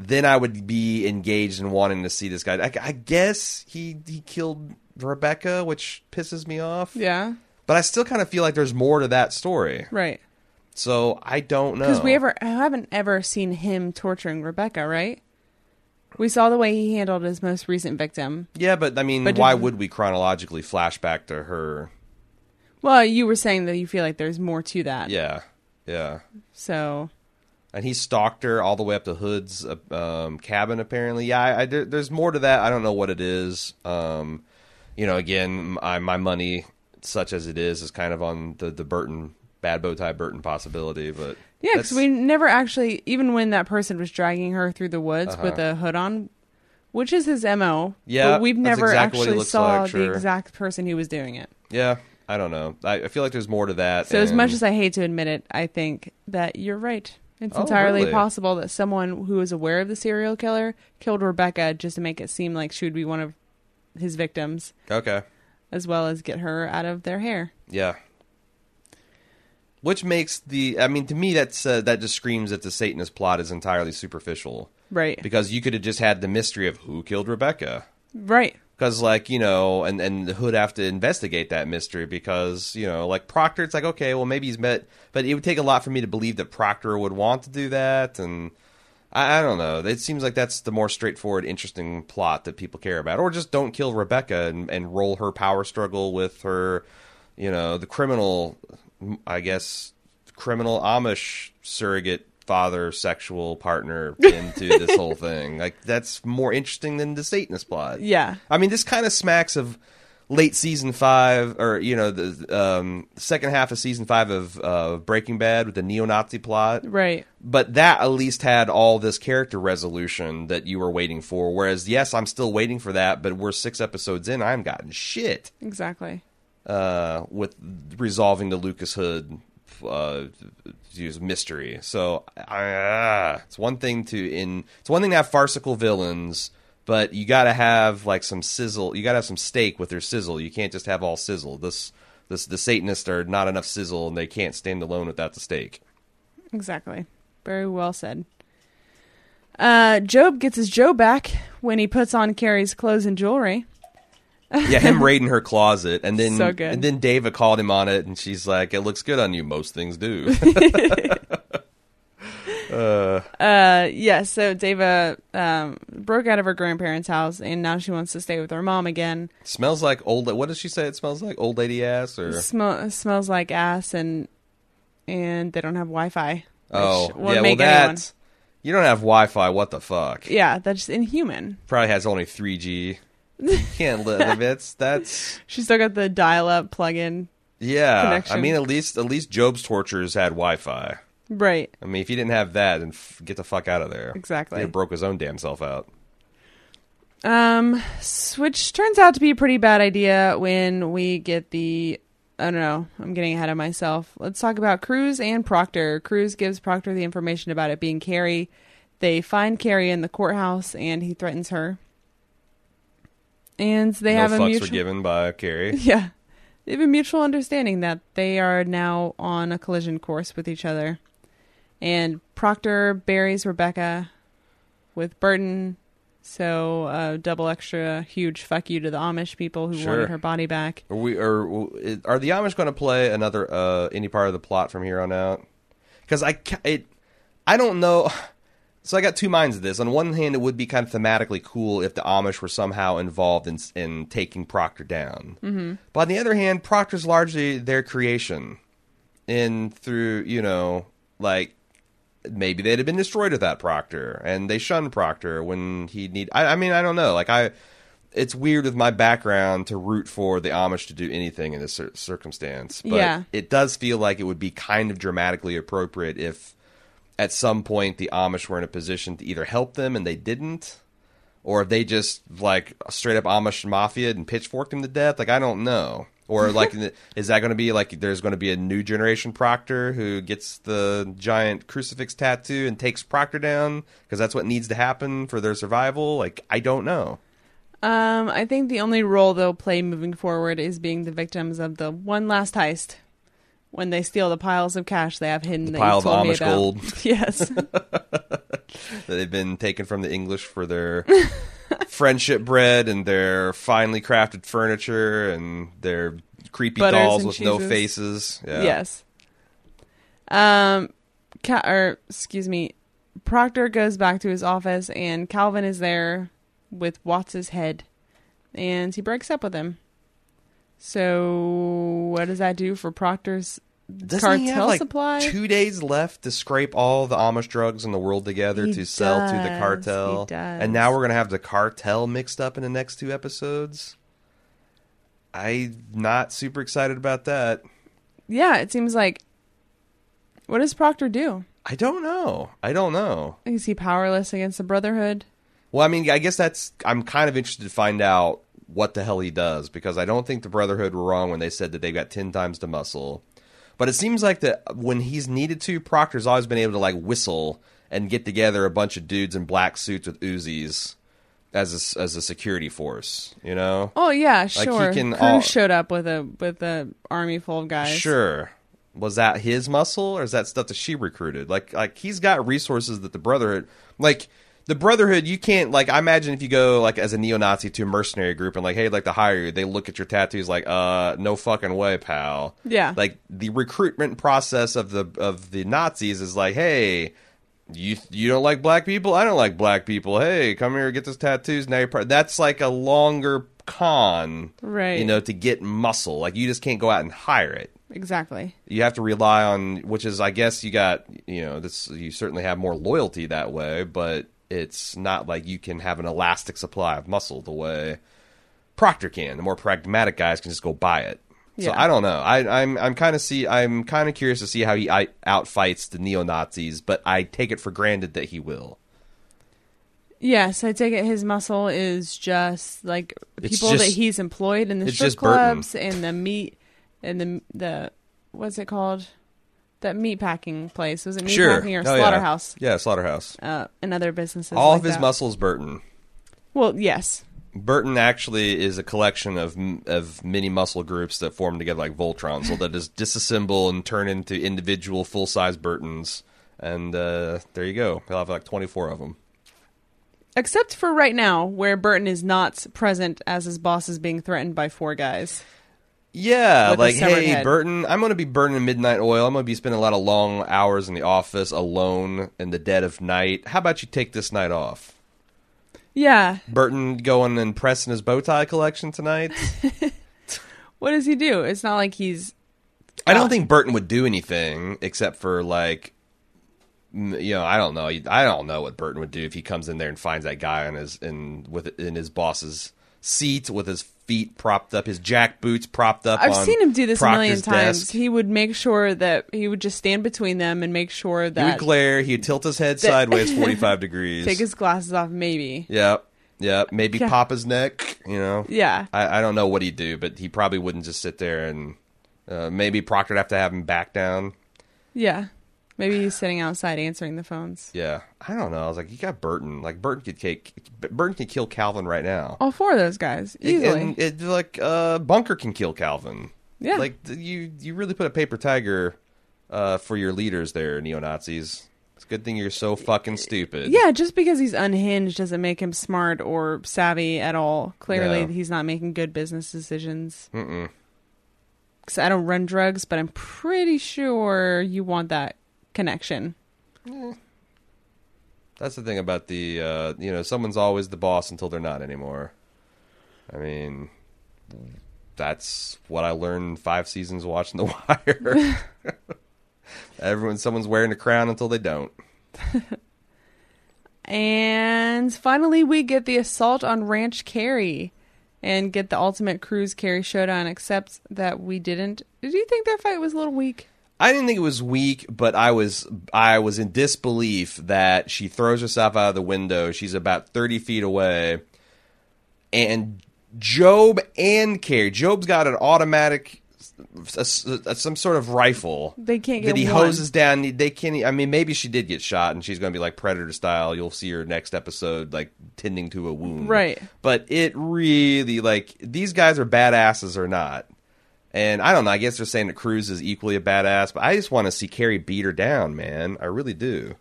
Speaker 1: then I would be engaged in wanting to see this guy. I, I guess he he killed Rebecca, which pisses me off.
Speaker 2: yeah,
Speaker 1: But I still kind of feel like there's more to that story.
Speaker 2: right.
Speaker 1: So I don't know.
Speaker 2: Because we ever I haven't ever seen him torturing Rebecca, right? We saw the way he handled his most recent victim.
Speaker 1: Yeah, but I mean,
Speaker 2: But
Speaker 1: why
Speaker 2: did-
Speaker 1: would we chronologically flash back to her?
Speaker 2: Well, you were saying that you feel like there's more to that.
Speaker 1: Yeah, yeah.
Speaker 2: So
Speaker 1: And he stalked her all the way up to Hood's uh, um, cabin. Apparently, yeah. I, I- there, there's more to that. I don't know what it is. Um, you know, again, my, my money, such as it is, is kind of on the the Burton bad bow tie Burton possibility. But
Speaker 2: Yeah, because
Speaker 1: that's-
Speaker 2: we never actually, even when that person was dragging her through the woods with a hood on, which is his mo.
Speaker 1: Uh-huh. Yeah,
Speaker 2: but we've
Speaker 1: that's
Speaker 2: never
Speaker 1: exactly what he
Speaker 2: actually
Speaker 1: looks
Speaker 2: saw
Speaker 1: like,
Speaker 2: the
Speaker 1: sure.
Speaker 2: exact person who was doing it.
Speaker 1: yeah, I don't know. I, I feel like there's more to that.
Speaker 2: So as
Speaker 1: and-
Speaker 2: much as I hate to admit it, I think that you're right. It's
Speaker 1: Oh,
Speaker 2: entirely
Speaker 1: really?
Speaker 2: possible that someone who is aware of the serial killer killed Rebecca just to make it seem like she would be one of his victims,
Speaker 1: okay,
Speaker 2: as well as get her out of their hair.
Speaker 1: Yeah. Which makes the I mean to me that's uh, that just screams that the Satanist plot is entirely superficial
Speaker 2: Right.
Speaker 1: because you could have just had the mystery of who killed Rebecca
Speaker 2: right.
Speaker 1: because like you know and and the hood have to investigate that mystery because you know like proctor it's like okay well maybe he's met but it would take a lot for me to believe that proctor would want to do that and i, I don't know it seems like that's the more straightforward interesting plot that people care about or just don't kill rebecca and, and roll her power struggle with her you know the criminal i guess criminal amish surrogate father sexual partner into this whole thing like that's more interesting than the satanist plot
Speaker 2: Yeah.
Speaker 1: I mean, this kind of smacks of late season five, or you know, the um, second half of season five of uh, Breaking Bad with the neo-Nazi plot.
Speaker 2: Right.
Speaker 1: But that at least had all this character resolution that you were waiting for. Whereas, yes, I'm still waiting for that, but we're six episodes in. I haven't gotten shit
Speaker 2: Exactly.
Speaker 1: uh, with resolving the Lucas Hood uh, use mystery. So uh, it's one thing to in it's one thing to have farcical villains, but you got to have like some sizzle. You got to have some steak with their sizzle. You can't just have all sizzle. This this the Satanists are not enough sizzle, and they can't stand alone without the steak.
Speaker 2: Exactly. Very well said. Uh, Job gets his Joe back when he puts on Carrie's clothes and jewelry.
Speaker 1: Yeah, him raiding her closet, and then
Speaker 2: So good.
Speaker 1: and then Dava called him on it, and she's like, "It looks good on you. Most things do."
Speaker 2: Uh, yeah, so Deva um, broke out of her grandparents' house and now she wants to stay with her mom again.
Speaker 1: smells like old. What does she say? It smells like old lady ass, or
Speaker 2: Smell smells like ass and and they don't have Wi Fi.
Speaker 1: Oh, yeah, well, that. You don't have Wi Fi. What the fuck?
Speaker 2: Yeah, that's inhuman.
Speaker 1: Probably has only 3G. Can't live. It's that's
Speaker 2: She still got the dial up plug in.
Speaker 1: yeah. I
Speaker 2: Connection.
Speaker 1: mean, at least at least Job's torturers had Wi Fi.
Speaker 2: Right.
Speaker 1: I mean, if he didn't have that, then f- get the fuck out of there.
Speaker 2: Exactly.
Speaker 1: He broke his own damn self out.
Speaker 2: Um, s- which turns out to be a pretty bad idea when we get the. I don't know. I'm getting ahead of myself. Let's talk about Cruz and Proctor. Cruz gives Proctor the information about it being Carrie. They find Carrie in the courthouse, and he threatens her. And they
Speaker 1: no
Speaker 2: have a
Speaker 1: fucks were
Speaker 2: mutual.
Speaker 1: given by Carrie.
Speaker 2: Yeah. They have a mutual understanding that they are now on a collision course with each other. And Proctor buries Rebecca with Burton. So, uh, double extra huge fuck you to the Amish people who
Speaker 1: Sure.
Speaker 2: wanted her body back.
Speaker 1: Are we are are the Amish going to play another uh, any part of the plot from here on out? Because I ca- it I don't know. So I got two minds of this. On one hand, it would be kind of thematically cool if the Amish were somehow involved in s- in taking Proctor down. Mm-hmm. But on the other hand, Proctor's largely their creation, in through you know like maybe they'd have been destroyed without Proctor, and they shunned Proctor when he need. I, I mean, I don't know. Like I, it's weird with my background to root for the Amish to do anything in this cir- circumstance. But
Speaker 2: Yeah.
Speaker 1: it does feel like it would be kind of dramatically appropriate if at some point the Amish were in a position to either help them and they didn't. Or if they just like straight up Amish mafia and pitchforked him to death, like I don't know. Or like, in the- is that going to be like there's going to be a new generation Proctor who gets the giant crucifix tattoo and takes Proctor down because that's what needs to happen for their survival? Like I don't know.
Speaker 2: Um, I think the only role they'll play moving forward is being the victims of the one last heist. When they steal the piles of cash they have hidden, that
Speaker 1: pile
Speaker 2: you
Speaker 1: of
Speaker 2: told me
Speaker 1: Amish
Speaker 2: about.
Speaker 1: gold.
Speaker 2: Yes,
Speaker 1: that they've been taken from the English for their friendship bread and their finely crafted furniture and their creepy
Speaker 2: Butters
Speaker 1: dolls
Speaker 2: and
Speaker 1: with no
Speaker 2: cheeses.
Speaker 1: faces. Yeah.
Speaker 2: Yes. Um, Ca- or excuse me, Proctor goes back to his office, and Calvin is there with Watts's head, and he breaks up with him. So, what does that do for Proctor's
Speaker 1: Doesn't
Speaker 2: cartel
Speaker 1: he have, like,
Speaker 2: supply?
Speaker 1: Two days left to scrape all the Amish drugs in the world together
Speaker 2: He
Speaker 1: to sell to the
Speaker 2: does,
Speaker 1: cartel.
Speaker 2: he does.
Speaker 1: And now we're gonna have the cartel mixed up in the next two episodes. I'm not super excited about that.
Speaker 2: yeah, it seems like. What does Proctor do?
Speaker 1: I don't know. I don't know.
Speaker 2: Is he powerless against the Brotherhood?
Speaker 1: Well, I mean, I guess that's. I'm kind of interested to find out what the hell he does because I don't think the Brotherhood were wrong when they said that they've got ten times the muscle. But it seems like that when he's needed to, Proctor's always been able to like whistle and get together a bunch of dudes in black suits with Uzis as a, as a security force. You know,
Speaker 2: Oh yeah,
Speaker 1: he
Speaker 2: sure.
Speaker 1: can
Speaker 2: Cruz
Speaker 1: all-
Speaker 2: showed up with a with a army full of guys.
Speaker 1: sure. Was that his muscle or is that stuff that she recruited? Like, like he's got resources that the Brotherhood, like the Brotherhood, you can't like. I imagine if you go like as a neo-Nazi to a mercenary group and like, hey, I'd like to hire you, they look at your tattoos like, uh, no fucking way, pal.
Speaker 2: Yeah.
Speaker 1: Like the recruitment process of the of the Nazis is like, hey. You you don't like black people? I don't like black people. Hey, come here, get those tattoos. Now you're part. That's like a longer con,
Speaker 2: Right.
Speaker 1: You know, to get muscle. Like you just can't go out and hire it
Speaker 2: Exactly.
Speaker 1: you have to rely on which is i guess you got you know this you certainly have more loyalty that way but it's not like you can have an elastic supply of muscle the way proctor can the more pragmatic guys can just go buy it so
Speaker 2: Yeah.
Speaker 1: i don't know I, i'm i'm kind of see i'm kind of curious to see how he I, outfights the neo-nazis but i take it for granted that he will
Speaker 2: Yes, I take it his muscle is just like
Speaker 1: It's
Speaker 2: people that
Speaker 1: just-
Speaker 2: he's employed in the
Speaker 1: it's
Speaker 2: strip
Speaker 1: just Burton.
Speaker 2: clubs and the meat and the the what's it called? That meat packing place. Was it meat packing or
Speaker 1: Oh, yeah.
Speaker 2: slaughterhouse?
Speaker 1: yeah, slaughterhouse
Speaker 2: Uh, and other businesses.
Speaker 1: all
Speaker 2: like
Speaker 1: of his
Speaker 2: that.
Speaker 1: muscles burton
Speaker 2: Well, yes.
Speaker 1: Burton actually is a collection of of mini muscle groups that form together like Voltron, so that just disassemble and turn into individual full size Burtons. And uh, there you go. He'll have like twenty four of them.
Speaker 2: Except for right now, where Burton is not present as his boss is being threatened by four guys.
Speaker 1: Yeah,
Speaker 2: With a
Speaker 1: like
Speaker 2: severed
Speaker 1: hey,
Speaker 2: head.
Speaker 1: Burton, I'm going to be burning midnight oil. I'm going to be spending a lot of long hours in the office alone in the dead of night. How about you take this night off?
Speaker 2: Yeah.
Speaker 1: Burton going and pressing his bow tie collection tonight.
Speaker 2: What does he do? It's not like he's
Speaker 1: I
Speaker 2: Oh.
Speaker 1: don't think Burton would do anything except for like, m- you know, I don't know. I don't know what Burton would do if he comes in there and finds that guy on his in with in his boss's seat with his feet propped up, his jack boots propped up.
Speaker 2: I've
Speaker 1: on
Speaker 2: seen him do this a million
Speaker 1: Proctor's
Speaker 2: times.
Speaker 1: desk.
Speaker 2: He would make sure that he would just stand between them and make sure
Speaker 1: He would
Speaker 2: that
Speaker 1: glare. He'd tilt his head sideways forty five degrees.
Speaker 2: take his glasses off maybe
Speaker 1: yeah. Yeah, maybe
Speaker 2: Yeah.
Speaker 1: pop his neck. You know,
Speaker 2: Yeah.
Speaker 1: I, I don't know what he'd do, but he probably wouldn't just sit there and uh, maybe Proctor'd have to have him back down.
Speaker 2: Yeah. Maybe he's sitting outside answering the phones.
Speaker 1: Yeah, I don't know. I was like, you got Burton. Like Burton could kick. Burton could kill Calvin right now.
Speaker 2: All four of those guys easily.
Speaker 1: And it, like uh, Bunker can kill Calvin.
Speaker 2: Yeah.
Speaker 1: like th- you you really put a paper tiger uh, for your leaders there, neo Nazis. It's a good thing you're so fucking stupid.
Speaker 2: yeah, just because he's unhinged doesn't make him smart or savvy at all. Clearly,
Speaker 1: No.
Speaker 2: he's not making good business decisions. Mm-mm. Cause I don't run drugs, but I'm pretty sure you want that connection.
Speaker 1: that's the thing about the uh, you know someone's always the boss until they're not anymore. I mean, that's what I learned five seasons watching The Wire. Everyone, someone's wearing a crown until they don't.
Speaker 2: And finally, we get the assault on Ranch Carry and get the ultimate cruise carry showdown, except that we didn't. Did you think their fight was a little weak?
Speaker 1: I didn't think it was weak, but I was I was in disbelief that she throws herself out of the window. She's about thirty feet away, and Job and Carrie. Job's got an automatic, s- s- s- some sort of rifle.
Speaker 2: They can't get
Speaker 1: that he
Speaker 2: one.
Speaker 1: hoses down. They can't. e, I mean, maybe she did get shot, and she's going to be like predator style. You'll see her next episode, like tending to a wound,
Speaker 2: Right.
Speaker 1: But it really like these guys are badasses or not. And I don't know. I guess they're saying that Cruz is equally a badass, but I just want to see Carrie beat her down, man. I really do.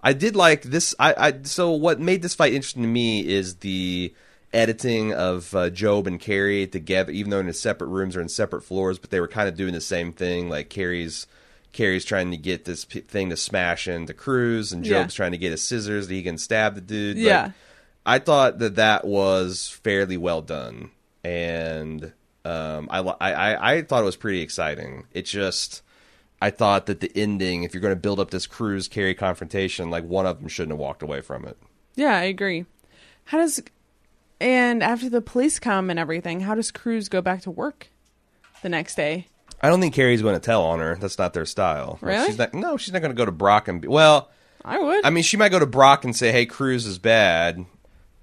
Speaker 1: I did like this. I, I so what made this fight interesting to me is the editing of uh, Job and Carrie together, even though in separate rooms or in separate floors, but they were kind of doing the same thing. Like Carrie's Carrie's trying to get this p- thing to smash into Cruz, and
Speaker 2: Yeah.
Speaker 1: Job's trying to get his scissors that he can stab the dude. Like,
Speaker 2: Yeah.
Speaker 1: I thought that that was fairly well done, and um, I, li- I I I thought it was pretty exciting. It just I thought that the ending, if you're going to build up this cruise carry confrontation, like one of them shouldn't have walked away from it.
Speaker 2: Yeah, I agree. How does. And after the police come and everything, how does Cruz go back to work the next day?
Speaker 1: I don't think Carrie's going to tell on her. That's not their style. Like,
Speaker 2: Really?
Speaker 1: She's not, no, she's not going to go to Brock and be, well,
Speaker 2: I would.
Speaker 1: I mean, she might go to Brock and say, "Hey, Cruz is bad,"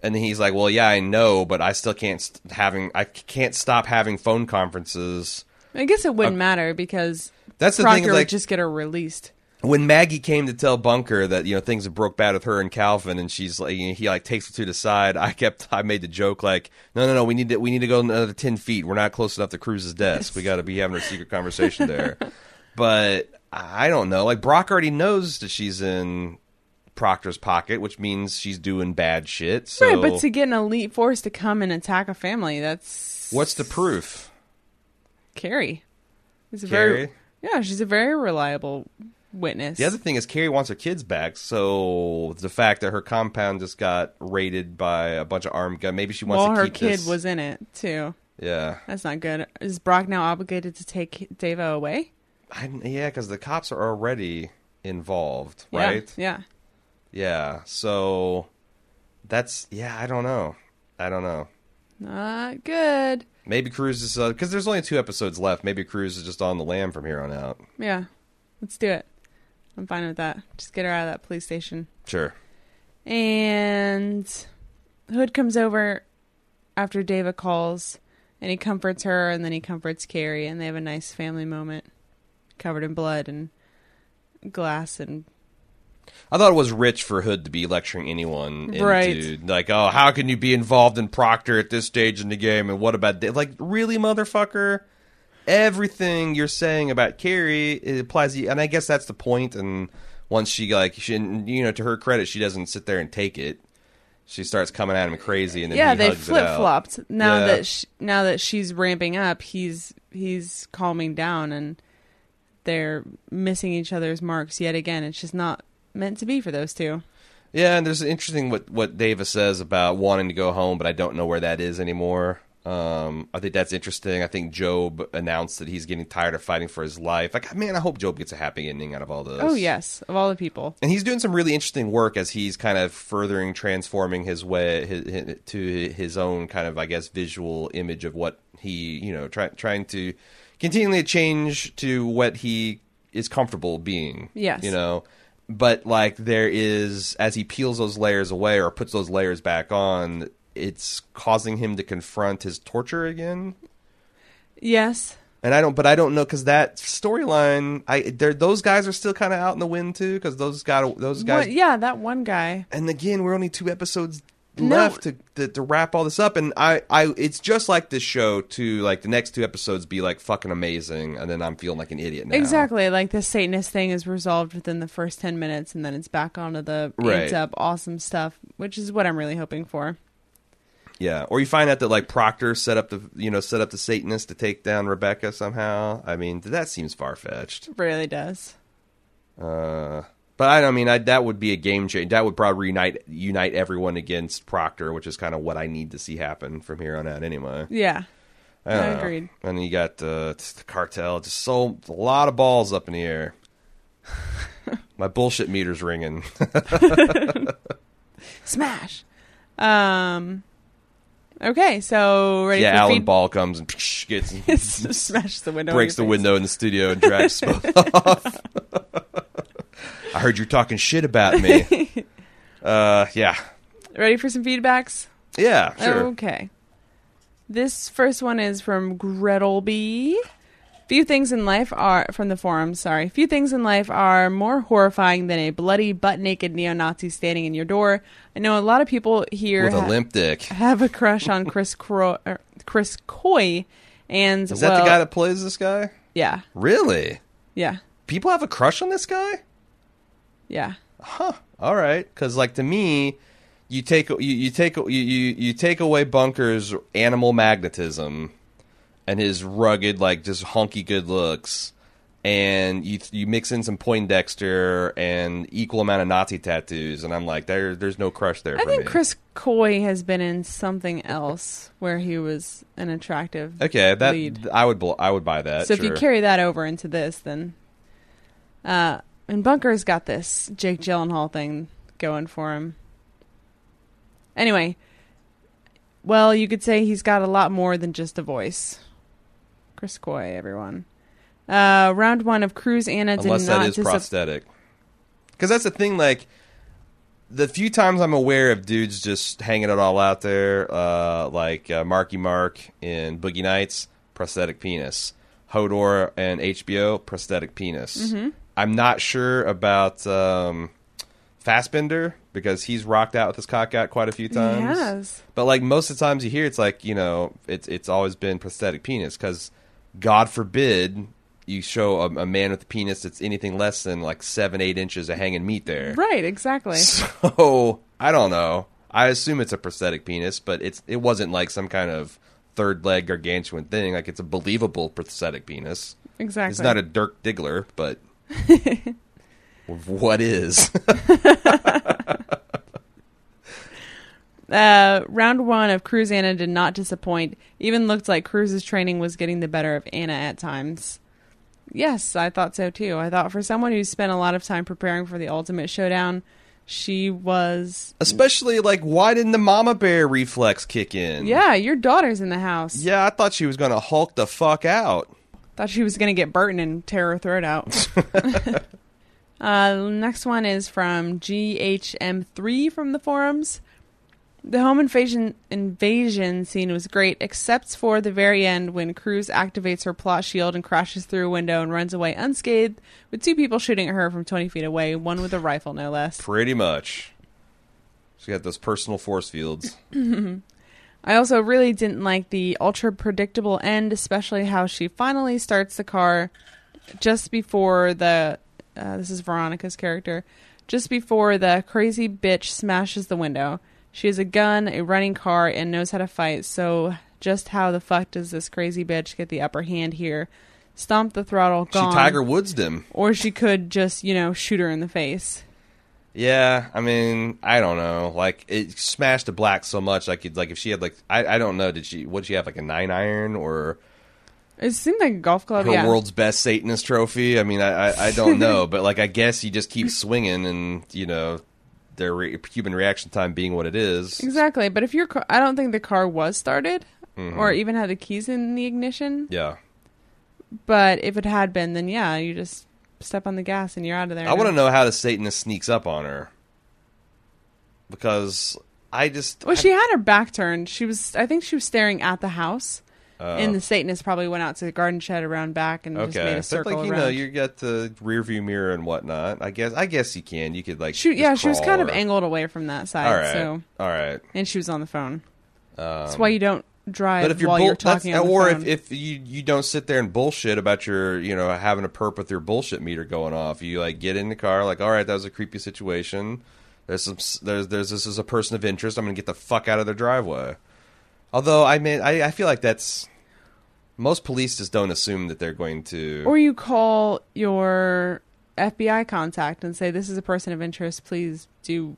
Speaker 1: and then he's like, "Well, yeah, I know, but I still can't st- having I c- can't stop having phone conferences."
Speaker 2: I guess it wouldn't matter because
Speaker 1: That's the
Speaker 2: Proctor
Speaker 1: thing. is,
Speaker 2: would
Speaker 1: Like,
Speaker 2: just get her released.
Speaker 1: when Maggie came to tell Bunker that you know things have broke bad with her and Calvin, and she's like he like takes the two to the side. I kept I made the joke like, no, no, no, we need to we need to go another ten feet. We're not close enough to Cruz's desk. We got to be having a secret conversation there. but I don't know. Like Brock already knows that she's in Proctor's pocket, which means she's doing bad shit. So
Speaker 2: right, but to get an elite force to come and attack a family, that's
Speaker 1: what's the proof?
Speaker 2: Carrie. It's a
Speaker 1: Carrie?
Speaker 2: very yeah, she's a very reliable witness.
Speaker 1: The other thing is Carrie wants her kids back, so the fact that her compound just got raided by a bunch of armed guns, maybe she wants
Speaker 2: While
Speaker 1: to
Speaker 2: her
Speaker 1: keep
Speaker 2: kid
Speaker 1: this-
Speaker 2: was in it too.
Speaker 1: yeah.
Speaker 2: That's not good. Is Brock now obligated to take Deva away?
Speaker 1: I, didn't- yeah, because the cops are already involved,
Speaker 2: Yeah,
Speaker 1: right?
Speaker 2: Yeah.
Speaker 1: Yeah. So that's yeah. I don't know. I don't know.
Speaker 2: Not good.
Speaker 1: Maybe Cruz is because there's only two episodes left. Maybe Cruz is just on the lam from here on out.
Speaker 2: Yeah. Let's do it. I'm fine with that. Just get her out of that police station.
Speaker 1: Sure.
Speaker 2: And Hood comes over after Deva calls and he comforts her and then he comforts Carrie and they have a nice family moment covered in blood and glass and
Speaker 1: I thought it was rich for Hood to be lecturing anyone, into,
Speaker 2: Right.
Speaker 1: Like, oh, how can you be involved in Proctor at this stage in the game? And what about Da-" like, really, motherfucker? Everything you're saying about Carrie it applies, to you, and I guess that's the point. And once she like, she, and, you know, to her credit, she doesn't sit there and take it. She starts coming at him crazy, and then
Speaker 2: yeah
Speaker 1: he
Speaker 2: they
Speaker 1: hugs it
Speaker 2: flip
Speaker 1: out.
Speaker 2: flopped now
Speaker 1: Yeah.
Speaker 2: that sh now that she's ramping up he's he's calming down and they're missing each other's marks yet again it's just not meant to be for those two
Speaker 1: Yeah, and there's interesting what what Davis says about wanting to go home, but I don't know where that is anymore. Um, I think that's interesting. I think Job announced that he's getting tired of fighting for his life. Like, man, I hope Job gets a happy ending out of all this.
Speaker 2: oh yes of all the people
Speaker 1: and he's doing some really interesting work as he's kind of furthering, transforming his way his, his, to his own kind of, I guess, visual image of what he, you know, try, trying to continually change to what he is comfortable being.
Speaker 2: Yes.
Speaker 1: you know know, but like there is as he peels those layers away or puts those layers back on, it's causing him to confront his torture again.
Speaker 2: Yes.
Speaker 1: And I don't, but I don't know because that storyline, I there those guys are still kind of out in the wind too because those got those guys.
Speaker 2: What- yeah, that one guy.
Speaker 1: And again, we're only two episodes
Speaker 2: No.
Speaker 1: left to, to to wrap all this up, and I I it's just like this show to like the next two episodes be like fucking amazing, and then I'm feeling like an idiot now.
Speaker 2: Exactly. Like the Satanist thing is resolved within the first 10 minutes and then it's back onto the
Speaker 1: Right.
Speaker 2: amped up awesome stuff, which is what I'm really hoping for.
Speaker 1: Yeah, or you find out that like Proctor set up the you know set up the Satanists to take down Rebecca somehow. I mean, that seems far fetched.
Speaker 2: It really does.
Speaker 1: Uh, but I, I mean, I, that would be a game change. That would probably unite unite everyone against Proctor, which is kind of what I need to see happen from here on out, anyway.
Speaker 2: Yeah.
Speaker 1: I, don't
Speaker 2: I
Speaker 1: know.
Speaker 2: agreed.
Speaker 1: And then you got uh, t- the cartel, just so a lot of balls up in the air. My bullshit meter's ringing.
Speaker 2: Smash. Um Okay, so ready
Speaker 1: yeah,
Speaker 2: for
Speaker 1: Alan
Speaker 2: feed-
Speaker 1: Ball comes and gets
Speaker 2: smash the window. in
Speaker 1: breaks the
Speaker 2: your face.
Speaker 1: window in the studio and drags both off. I heard you're talking shit about me. Uh, yeah,
Speaker 2: Ready for some feedbacks?
Speaker 1: yeah,
Speaker 2: Oh,
Speaker 1: sure.
Speaker 2: Okay. This first one is from Gretel B. Few things in life are from the forum, sorry. Few things in life are more horrifying than a bloody butt naked neo Nazi standing in your door. I know a lot of people here
Speaker 1: With a
Speaker 2: ha-
Speaker 1: limp dick.
Speaker 2: have a crush on Chris Cro- er, Chris Coy and
Speaker 1: Is that
Speaker 2: well,
Speaker 1: the guy that plays this guy?
Speaker 2: Yeah.
Speaker 1: Really?
Speaker 2: Yeah.
Speaker 1: People have a crush on this guy?
Speaker 2: Yeah.
Speaker 1: All right, because like to me, you take you, you take you, you you take away Bunker's animal magnetism and his rugged like just hunky good looks, and you you mix in some Poindexter and equal amount of Nazi tattoos, and I'm like there there's no crush there
Speaker 2: I
Speaker 1: for
Speaker 2: think
Speaker 1: me.
Speaker 2: Chris Coy has been in something else where he was an attractive
Speaker 1: okay, that
Speaker 2: lead.
Speaker 1: I would bl- I would buy that.
Speaker 2: So if
Speaker 1: sure.
Speaker 2: you carry that over into this, then uh, and Bunker's got this Jake Gyllenhaal thing going for him. Anyway, well, you could say he's got a lot more than just a voice. Chris Coy, everyone. Uh, round one of Cruz Anna did
Speaker 1: unless
Speaker 2: not
Speaker 1: that is
Speaker 2: disap-
Speaker 1: prosthetic. Because that's the thing, like the few times I'm aware of dudes just hanging it all out there, uh, like uh, Marky Mark in Boogie Nights, prosthetic penis, Hodor and HBO, prosthetic penis.
Speaker 2: Mm-hmm.
Speaker 1: I'm not sure about um, Fassbender because he's rocked out with his cock out quite a few times.
Speaker 2: Yes.
Speaker 1: But like most of the times you hear, it's like you know, it's it's always been prosthetic penis because, God forbid, you show a, a man with a penis that's anything less than like seven eight inches of hanging meat there.
Speaker 2: Right, exactly.
Speaker 1: So I don't know. I assume it's a prosthetic penis, but it's it wasn't like some kind of third leg gargantuan thing. Like it's a believable prosthetic penis.
Speaker 2: Exactly.
Speaker 1: It's not a Dirk Diggler, but what is?
Speaker 2: Uh, round one of Cruz Anna did not disappoint. Even looked like Cruz's training was getting the better of Anna at times. Yes, I thought so too. I thought for someone who spent a lot of time preparing for the ultimate showdown, she was.
Speaker 1: Especially like why didn't the mama bear reflex kick in?
Speaker 2: Yeah, your daughter's in the house.
Speaker 1: Yeah, I thought she was gonna Hulk the fuck out.
Speaker 2: Thought she was going to get Burton and tear her throat out. uh, next one is from GHM3 from the forums. The home invasion invasion scene was great, except for the very end when Cruz activates her plot shield and crashes through a window and runs away unscathed, with two people shooting at her from 20 feet away, one with a rifle, no less.
Speaker 1: Pretty much. She got those personal force fields.
Speaker 2: I also really didn't like the ultra predictable end, especially how she finally starts the car just before the. Uh, this is Veronica's character. Just before the crazy bitch smashes the window. She has a gun, a running car, and knows how to fight, so just how the fuck does this crazy bitch get the upper hand here? Stomp the throttle, gone.
Speaker 1: She Tiger Woods them.
Speaker 2: Or she could just, you know, shoot her in the face.
Speaker 1: Yeah, I mean, I don't know. Like it smashed the black so much. Like it, like if she had like I, I don't know. Did she? What did she have? Like a nine iron or
Speaker 2: It seemed like a golf club,
Speaker 1: her
Speaker 2: Oh, yeah.
Speaker 1: world's best Satanist trophy? I mean, I I, I don't know. but like I guess you just keep swinging, and you know, their re- human reaction time being what it is.
Speaker 2: Exactly, but if your car, I don't think the car was started or
Speaker 1: Mm-hmm.
Speaker 2: even had the keys in the ignition.
Speaker 1: Yeah.
Speaker 2: But if it had been, then yeah, you just step on the gas and you're out of there.
Speaker 1: I want to know how the Satanist sneaks up on her. Because I just.
Speaker 2: Well, she had her back turned. She was, I think, she was staring at the house, and the Satanist probably went out to the garden shed around back and just made
Speaker 1: Oh. Okay,
Speaker 2: a
Speaker 1: so
Speaker 2: circle
Speaker 1: like you
Speaker 2: around.
Speaker 1: know, you got the rear view mirror and whatnot. I guess I guess you can. You could like
Speaker 2: she,
Speaker 1: just
Speaker 2: yeah, she was
Speaker 1: crawl
Speaker 2: kind of
Speaker 1: or-
Speaker 2: angled away from that side.
Speaker 1: All right,
Speaker 2: So,
Speaker 1: all right.
Speaker 2: and she was on the phone. That's why you don't
Speaker 1: Um,
Speaker 2: drive
Speaker 1: But if you're,
Speaker 2: while
Speaker 1: bull-
Speaker 2: you're
Speaker 1: that's-
Speaker 2: talking on the
Speaker 1: or
Speaker 2: phone.
Speaker 1: if, if you you don't sit there and bullshit about your you know having a perp with your bullshit meter going off, you like get in the car like all right, that was a creepy situation. There's some s- there's there's this is a person of interest. I'm gonna get the fuck out of their driveway. Although I mean I, I feel like that's most police just don't assume that they're going to.
Speaker 2: Or you call your FBI contact and say, "This is a person of interest. Please do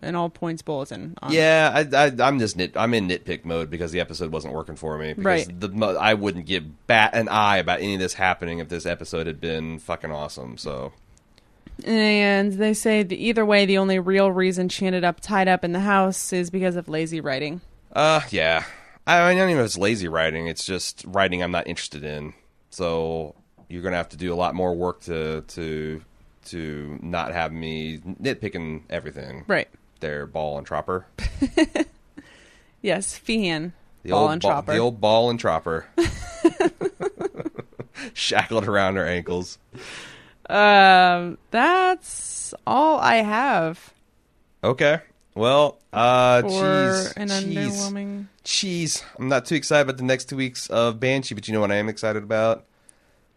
Speaker 2: an all points bulletin." On
Speaker 1: Yeah, I, I, I'm just nit. I'm in nitpick mode because the episode wasn't working for me. Because
Speaker 2: Right.
Speaker 1: The mo- I wouldn't give bat an eye about any of this happening if this episode had been fucking awesome. So
Speaker 2: And they say that either way, the only real reason she ended up tied up in the house is because of lazy writing.
Speaker 1: Uh, yeah. I, I don't even know if it's lazy writing. It's just writing I'm not interested in. So you're gonna have to do a lot more work to to to not have me nitpicking everything.
Speaker 2: Right.
Speaker 1: Their ball and tropper.
Speaker 2: Yes, Feehan.
Speaker 1: The
Speaker 2: ball
Speaker 1: old
Speaker 2: and
Speaker 1: ba-
Speaker 2: Tropper.
Speaker 1: The old ball and tropper. Shackled around her ankles.
Speaker 2: Um, that's all I have
Speaker 1: Okay. Well, uh,
Speaker 2: for
Speaker 1: cheese,
Speaker 2: an
Speaker 1: cheese,
Speaker 2: underwhelming.
Speaker 1: cheese. I'm not too excited about the next two weeks of Banshee, but you know what I am excited about?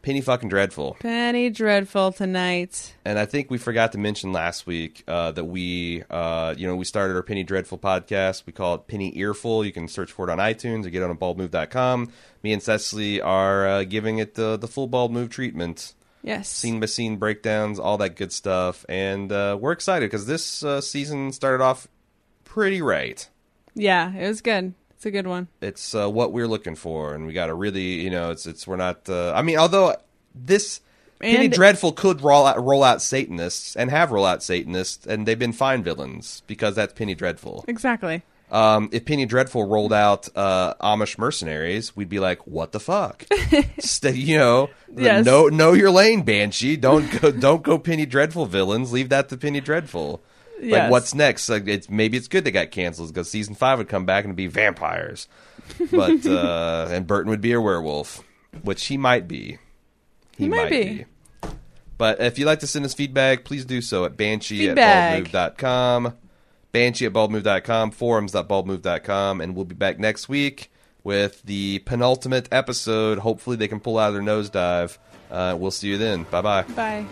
Speaker 1: Penny fucking dreadful.
Speaker 2: Penny Dreadful tonight.
Speaker 1: And I think we forgot to mention last week uh, that we, uh, you know, we started our Penny Dreadful podcast. We call it Penny Earful. You can search for it on iTunes or get it on baldmove.com. Me and Cecily are uh, giving it the, the full bald move treatment
Speaker 2: Yes.
Speaker 1: scene by scene breakdowns, all that good stuff. And uh, we're excited because this uh, season started off pretty right.
Speaker 2: yeah, it was good. It's a good one.
Speaker 1: It's uh, what we're looking for, and we got to really, you know, it's it's we're not. Uh, I mean, although this Penny
Speaker 2: And-
Speaker 1: Dreadful could roll out roll out Satanists and have roll out Satanists, and they've been fine villains because that's Penny Dreadful.
Speaker 2: Exactly.
Speaker 1: Um, if Penny Dreadful rolled out uh, Amish mercenaries, we'd be like, "What the fuck?" Stay, you know, the
Speaker 2: Yes.
Speaker 1: know know your lane, Banshee. Don't go, don't go Penny Dreadful villains. Leave that to Penny Dreadful. Like,
Speaker 2: Yes.
Speaker 1: what's next? Like, it's maybe it's good they got canceled because season five would come back and it'd be vampires, but uh, and Burton would be a werewolf, which he might be. He,
Speaker 2: might be.
Speaker 1: But if you'd like to send us feedback, please do so at banshee
Speaker 2: Feedback.
Speaker 1: at baldmove.com, banshee at baldmove.com, forums.baldmove.com, and we'll be back next week with the penultimate episode. Hopefully, they can pull out of their nosedive. Uh, we'll see you then. Bye bye.
Speaker 2: Bye.